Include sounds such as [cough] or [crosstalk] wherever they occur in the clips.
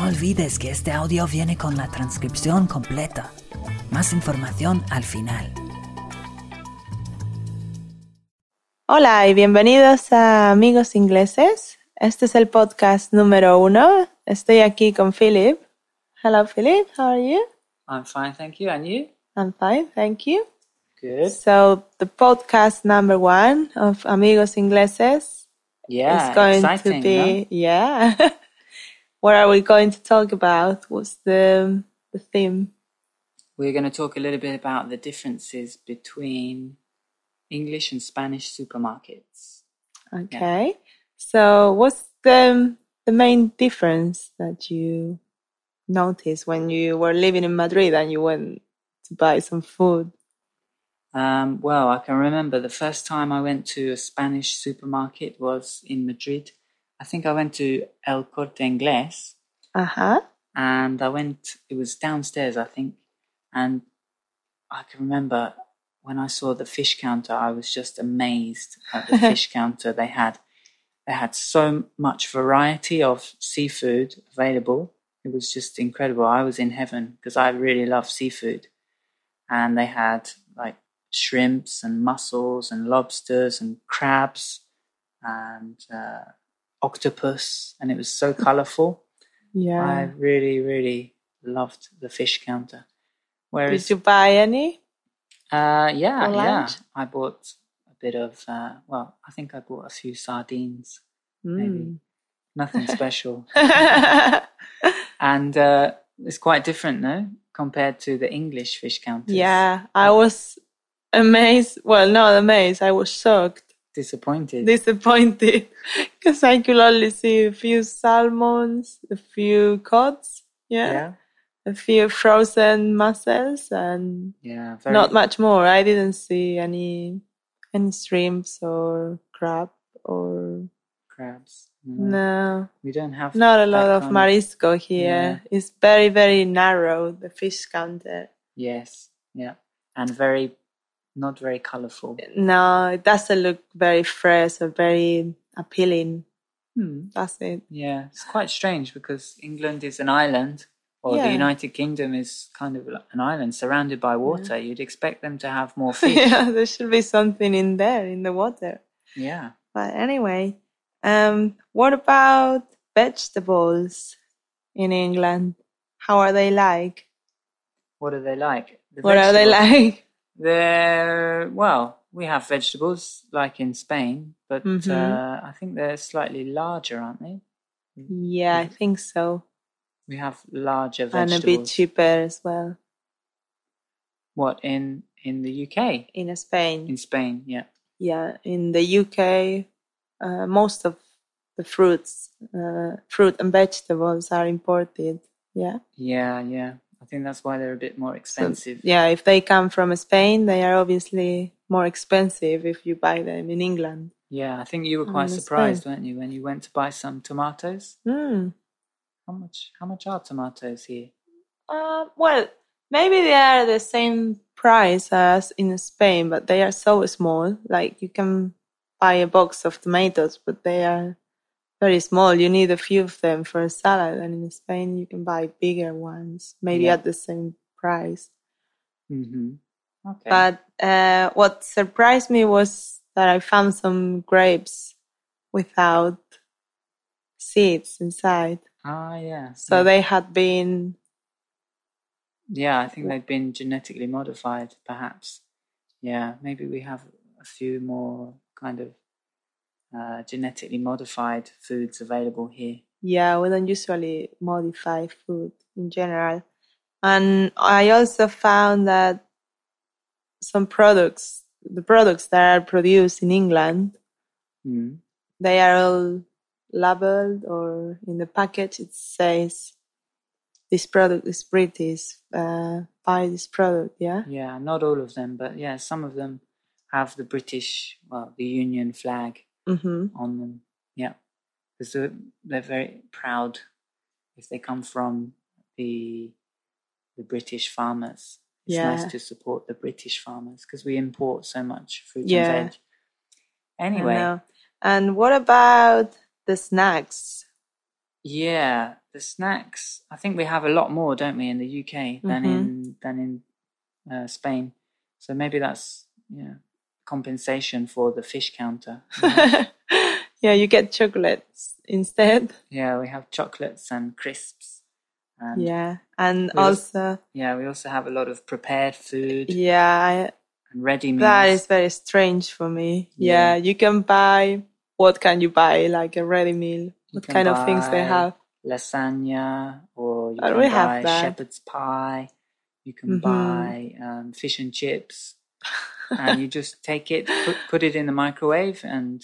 olvides que este audio viene con la transcripción completa. Más información al final. Hola y bienvenidos a Amigos Ingleses. Este es el podcast número uno. Estoy aquí con Philip. Hello, Philip. How are you? I'm fine, thank you. And you? I'm fine, thank you. Good. So, the podcast number one of Amigos Ingleses Yeah, is going exciting. to be, yeah. [laughs] what are we going to talk about? What's the, the theme? We're going to talk a little bit about the differences between English and Spanish supermarkets. Okay. So, what's the the main difference that you noticed when you were living in Madrid and you went to buy some food? Um, well, I can remember the first time I went to a Spanish supermarket was in Madrid. I think I went to El Corte Inglés Uh huh. and I went, it was downstairs, I think. And I can remember when I saw the fish counter, I was just amazed at the fish counter they had. They had so much variety of seafood available. It was just incredible. I was in heaven because I really love seafood. And they had like shrimps and mussels and lobsters and crabs and uh, octopus. And it was so colorful. I Yeah. really, really loved the fish counter. Did Whereas, you buy any? uh, yeah, for yeah, lunch? I bought a bit of, uh, well, I think I bought a few sardines, Mm. [laughs] nothing special. yeah, And uh, it's quite different, no, compared to the English fish counters. I was amazed. Well, not amazed. I was shocked. [laughs] Disappointed. disappointed [laughs] because I could only see a few salmons, a few cods, yeah, yeah. a few frozen mussels, and Yeah, very, not much more. I didn't see any any shrimps or crab or crabs. no, We don't have not a Hmm. that lot of kind marisco here. It's very very narrow the fish counter. Yes, yeah. And very, not very colorful. No, it doesn't look very fresh or very appealing. Hmm. That's it. [laughs] Yeah, it's quite strange because England is an island, or the Yeah. United Kingdom is kind of like an island surrounded by water. You'd expect them to [laughs] have more fish. yeah. yeah, there should be something in there in the water. But anyway, um, what about vegetables in England? How are they like? What are they like? The what are they vegetables- like? They're, well, we have vegetables like in Spain, but Mhm. uh, I think they're slightly larger, aren't they? Yeah, I think so. We have larger And a bit vegetables. cheaper as well What, in, in the UK? in Spain. In Spain, yeah. Yeah, in the UK, uh, most of the fruits, uh, fruit and vegetables are imported. Yeah. Yeah, yeah. I think that's why they're a bit more So, expensive. yeah, if they come from Spain, they are obviously more expensive if you buy them in England. Yeah, I think you were I quite understand. surprised, weren't you, when you went to buy some tomatoes? Hmm. How much? How much are tomatoes here? Uh, well, maybe they are the same price as in Spain, but they are so small. Like you can buy a box of tomatoes, but they are very small. You need a few of them for a salad, and in Spain you can buy bigger ones, maybe Yeah. at the same price. Mm-hmm. Okay. But uh, what surprised me was that I found some grapes without seeds inside. ah, yeah. So yeah. they had been yeah, I think they've been genetically modified, perhaps. Yeah, maybe we have a few more kind of uh, genetically modified foods available here. Yeah, we don't usually modify food in general. And I also found that some products, the products that are produced in England, Mm. Mm-hmm. they are all labeled or in the package it says this product is British, uh, buy this product, yeah? Yeah, not all of them, but yeah, some of them have the British, well, the Union flag hmm on them. Yeah, because they're, they're very proud if they come from the the British farmers. It's Yeah. nice to support the British farmers because we import so much fruit Yeah. and veg. Anyway, And what about the snacks? yeah, the snacks. I think we have a lot more, don't we, in the UK than Mm-hmm. in than in uh, Spain. So maybe that's yeah compensation for the fish [laughs] counter. yeah, you get chocolates instead. yeah, we have chocolates and crisps. And yeah. Yeah, and Really? also we also have a lot of prepared food yeah, I, and ready meals. that is very strange for me. Yeah. Yeah. you can buy what can you buy like a ready meal? What can kind of things they buy have? lasagna or you I can don't Oh, have buy that. shepherd's pie you can Mhm. buy um, fish and chips and you just take it put, put it in the microwave and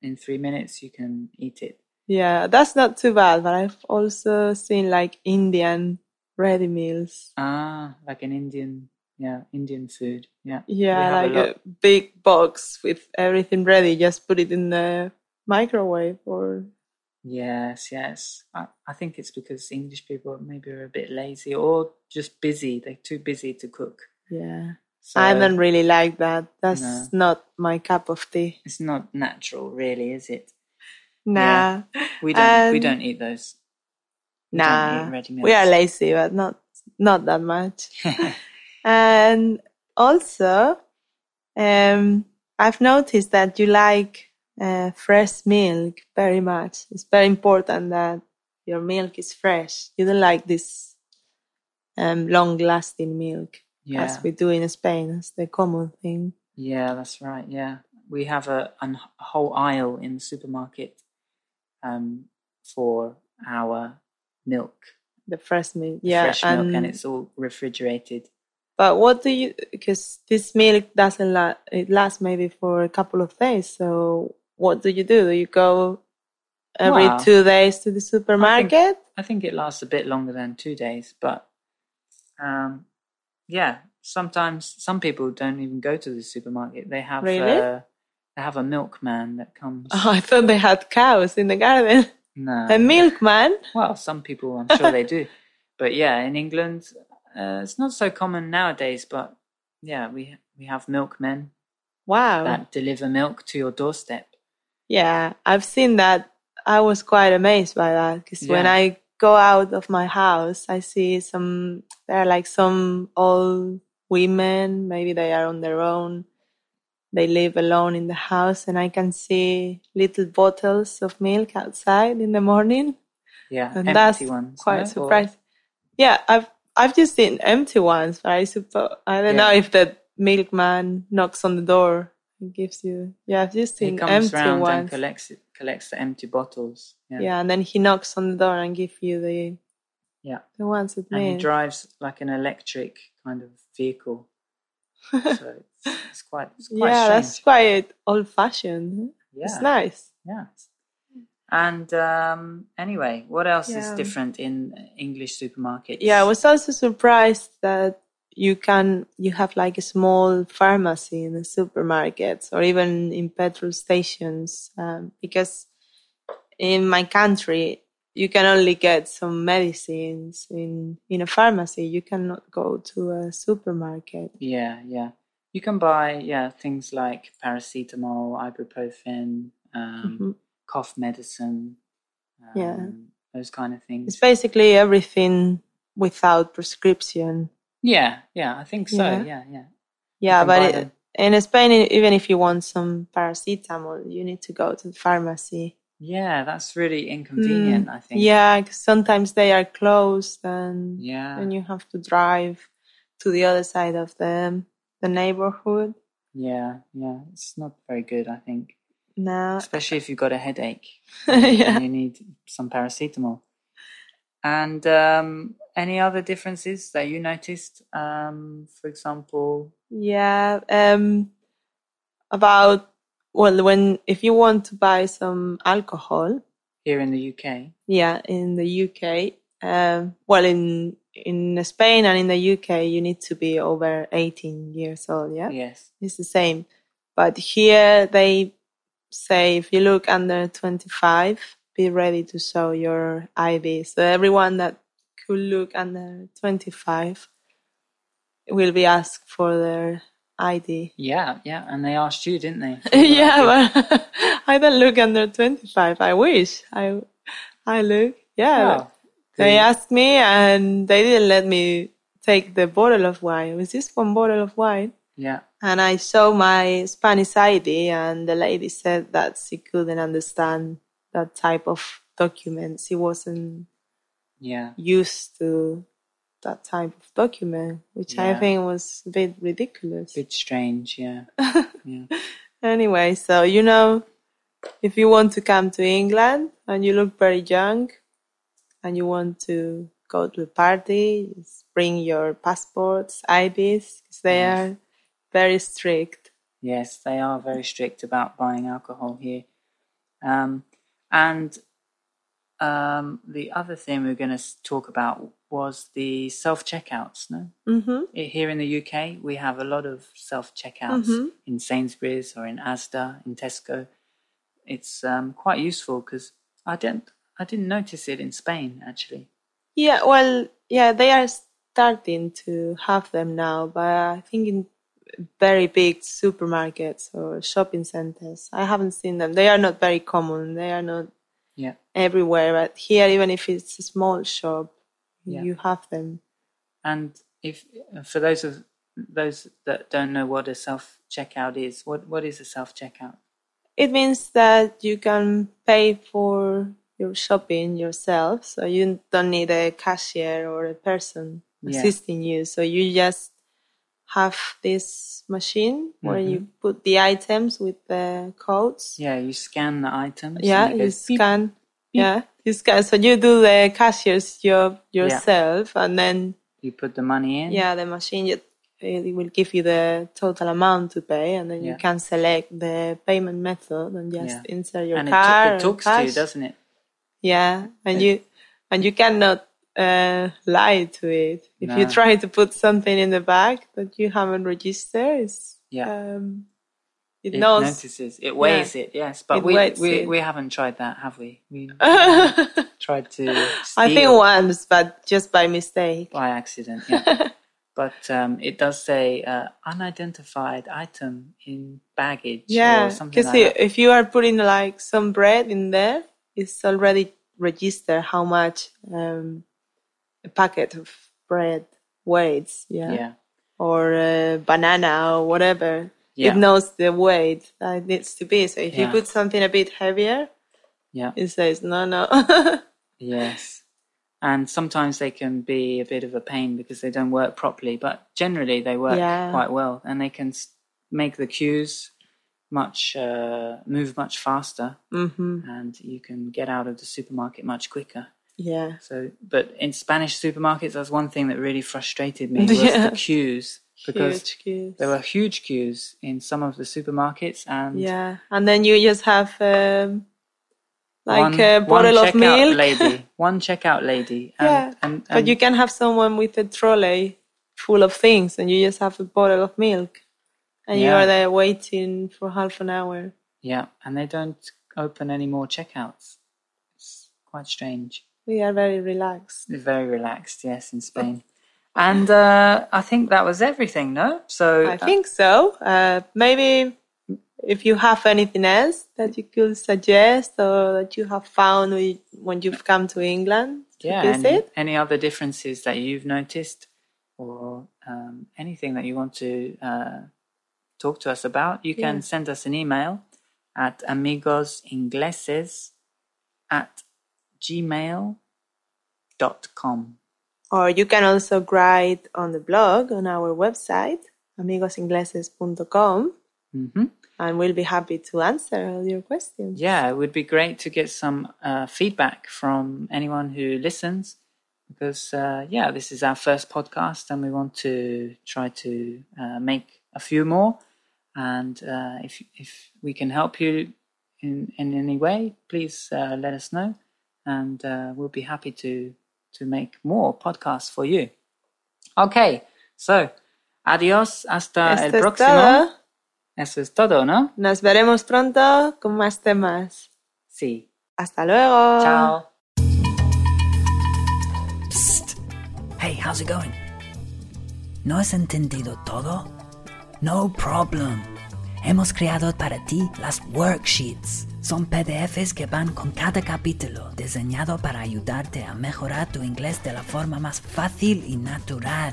in three minutes you can eat it Yeah, that's not too bad. But I've also seen like Indian ready meals. ah like an indian yeah indian food yeah We Yeah, have a like a, lot. big box with everything ready. Just put it in the microwave or yes yes I, I think it's because english people maybe are a bit lazy or just busy they're too busy to cook yeah. so I don't really like that. That's No. not my cup of tea. it's not natural really is it Nah. Yeah. we don't we Um, don't eat those We don't Nah, eat ready we are meals. lazy, but not not that [laughs] much. and also, um, I've noticed that you like uh, fresh milk very much. It's very important that your milk is fresh. You don't like this um, long-lasting milk yeah as we do in Spain. It's the common thing. yeah that's right yeah we have a, an- a whole aisle in the supermarket um for our milk The fresh milk, the yeah, um, fresh milk and it's all refrigerated But what do you? Because this milk doesn't last. It lasts maybe for a couple of days. So what do you do? Do you go every Wow. two days to the supermarket? [laughs] i think it lasts a bit longer than two days but um yeah sometimes some people don't even go to the supermarket they have Really? a, they have a milkman that comes Oh, I thought they had cows in the garden. no A milkman. Well, some people, I'm sure they [laughs] do. But yeah, in England, uh, it's not so common nowadays. But yeah, we we have milkmen Wow. that deliver milk to your doorstep. Yeah, I've seen that. I was quite amazed by that because when Yeah. I go out of my house, I see some, there are like some old women, maybe they are on their own. They live alone in the house, and I can see little bottles of milk outside in the morning. Yeah, And empty that's ones. quite no? Or- surprising. Yeah, I've I've just seen empty ones, but I suppose I don't Yeah. know if the milkman knocks on the door and gives you. Yeah, I've just he seen comes empty round ones. and collects it, collects the empty bottles. Yeah, Yeah, and then he knocks on the door and give you the Yeah. the ones with and he milk. drives like an electric kind of vehicle. [laughs] so it's, it's quite, it's quite yeah, strange. that's quite old fashioned. yeah. It's nice. Yeah. And um, anyway, what else is Yeah. different in English supermarkets? Yeah, I was also surprised that you can you have like a small pharmacy in the supermarkets or even in petrol stations um, because in my country you can only get some medicines in in a pharmacy. You cannot go to a supermarket. Yeah, yeah. You can buy yeah things like paracetamol, ibuprofen, um, Mhm. cough medicine, um, Yeah. those kind of things. It's basically everything without prescription. yeah, yeah. I think so. Yeah, Yeah. yeah. You Yeah, can buy but it, them. in Spain, e- even if you want some paracetamol, you need to go to the pharmacy. yeah, that's really inconvenient. I think. Mm, Yeah, 'cause sometimes they are closed, and yeah, and you have to drive to the other side of the the neighborhood. yeah, yeah. It's not very good. I think, No, especially if you've got a headache. Uh, [laughs] yeah. and you need some paracetamol. And um, any other differences that you noticed? Um, for example, Yeah. Um, about well, when if you want to buy some alcohol, here in the UK. Yeah, in the UK. Um, well, in in Spain and in the UK, you need to be over 18 years old. Yeah, Yes. it's the same. But here they say if you look under 25, be ready to show your ID. So everyone that could look under 25 will be asked for their ID. Yeah, yeah. And they asked you, didn't they? for your [laughs] ID? yeah, [laughs] but I don't look under 25. I wish I I look. Yeah. Wow. They asked me, and they didn't let me take the bottle of wine. It was just one bottle of wine. Yeah. And I showed my Spanish ID, and the lady said that she couldn't understand that type of document. She wasn't Yeah. used to that type of document, which I Yeah. think was a bit ridiculous. Bit [laughs] strange. Yeah. yeah. Anyway, so you know, if you want to come to England and you look very young and you want to go to a party, just bring your passports, IDs, 'cause they are very strict. Yes, they are very strict about buying alcohol here. Um, and um, the other thing we are going to talk about was the self checkouts. No, hmm I- here in the UK, we have a lot of self checkouts Mhm. in Sainsbury's or in ASDA, in Tesco. It's um, quite useful because I didn't I didn't notice it in Spain actually. Yeah, well, yeah, they are starting to have them now, but I think in very big supermarkets or shopping centers, I haven't seen them. They are not very common. They are not Yeah, everywhere, but here, even if it's a small shop, Yeah. you have them. and if for those of those that don't know what a self checkout is, what what is a self checkout? It means that you can pay for your shopping yourself, so you don't need a cashier or a person Yeah. assisting you. So you just have this machine where you put the items with the codes. Mm-hmm. Yeah, you scan the items. and Yeah, it you goes beep. scan. Yeah, you scan. So you do the cashier's job yourself, and then You put the money in. Yeah, the machine it, it will give you the total amount to pay, and then you Yeah. can select the payment method and just Yeah. insert your and it, ta- card. it or talks to you, cash. doesn't it? Yeah, and you and you cannot uh, lie to it. If you No. try to put something in the bag that you haven't registered, it's, Yeah. um, it, It knows. notices. It weighs it. Yes, but It we weighs we, it. we haven't tried that, have we? [laughs] We I tried to. think steal once, but just by mistake. by accident. [laughs] Yeah. But um, it does say uh, unidentified item in baggage Yeah, or because something like that. if you are putting like some bread in there, it's already registered how much um, a packet of bread weighs, yeah, Yeah, or a banana or whatever. Yeah. It knows the weight that it needs to be. So if you Yeah. put something a bit heavier, yeah, it says no, [laughs] no. yes. And sometimes they can be a bit of a pain because they don't work properly, but generally they work Yeah. quite well, and they can s- make the queues much uh, move much faster, hmm and you can get out of the supermarket much quicker. Yeah, So, but in Spanish supermarkets, that's one thing that really frustrated [laughs] me was Yeah. the queues because huge queues. there were huge queues in some of the supermarkets, and Yeah, and then you just have um, like one, a one bottle of checkout milk. [laughs] lady, one checkout lady, and, Yeah, and, but and- you can have someone with a trolley full of things, and you just have a bottle of milk, and you Yeah. are there waiting for half an hour. yeah, and they don't open any more checkouts. It's quite strange. We are very relaxed. They're very relaxed, yes, in Spain. And uh, I think that was everything, no? So uh, I think so. Uh, maybe if you have anything else that you could suggest or that you have found wi- when you've come to England to yeah, any, visit, any other differences that you've noticed or um, anything that you want to uh, talk to us about, you can send us an email at amigosingleses at gmail.com. or you can also write on the blog on our website amigosingleses.com, Mm-hmm. and we'll be happy to answer all your questions. Yeah, it would be great to get some uh, feedback from anyone who listens because, uh, yeah, this is our first podcast and we want to try to uh, make a few more. And uh, if, if we can help you in, in any way, please uh, let us know and uh, we'll be happy to, to make more podcasts for you. Okay, so adios, hasta Esto Ah, el es próximo. todo. Eso es todo, ¿no? Nos veremos pronto con más temas. Sí. Hasta luego. Chao. Psst. Hey, how's it going? ¿No has entendido todo? No problem. Hemos creado para ti las worksheets. Son PDFs que van con cada capítulo, diseñado para ayudarte a mejorar tu inglés de la forma más fácil y natural.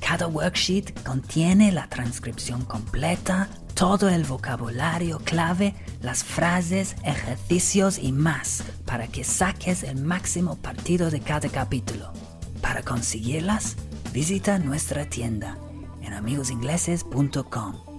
Cada worksheet contiene la transcripción completa, todo el vocabulario clave, las frases, ejercicios y más para que saques el máximo partido de cada capítulo. Para conseguirlas, visita nuestra tienda en amigosingleses.com.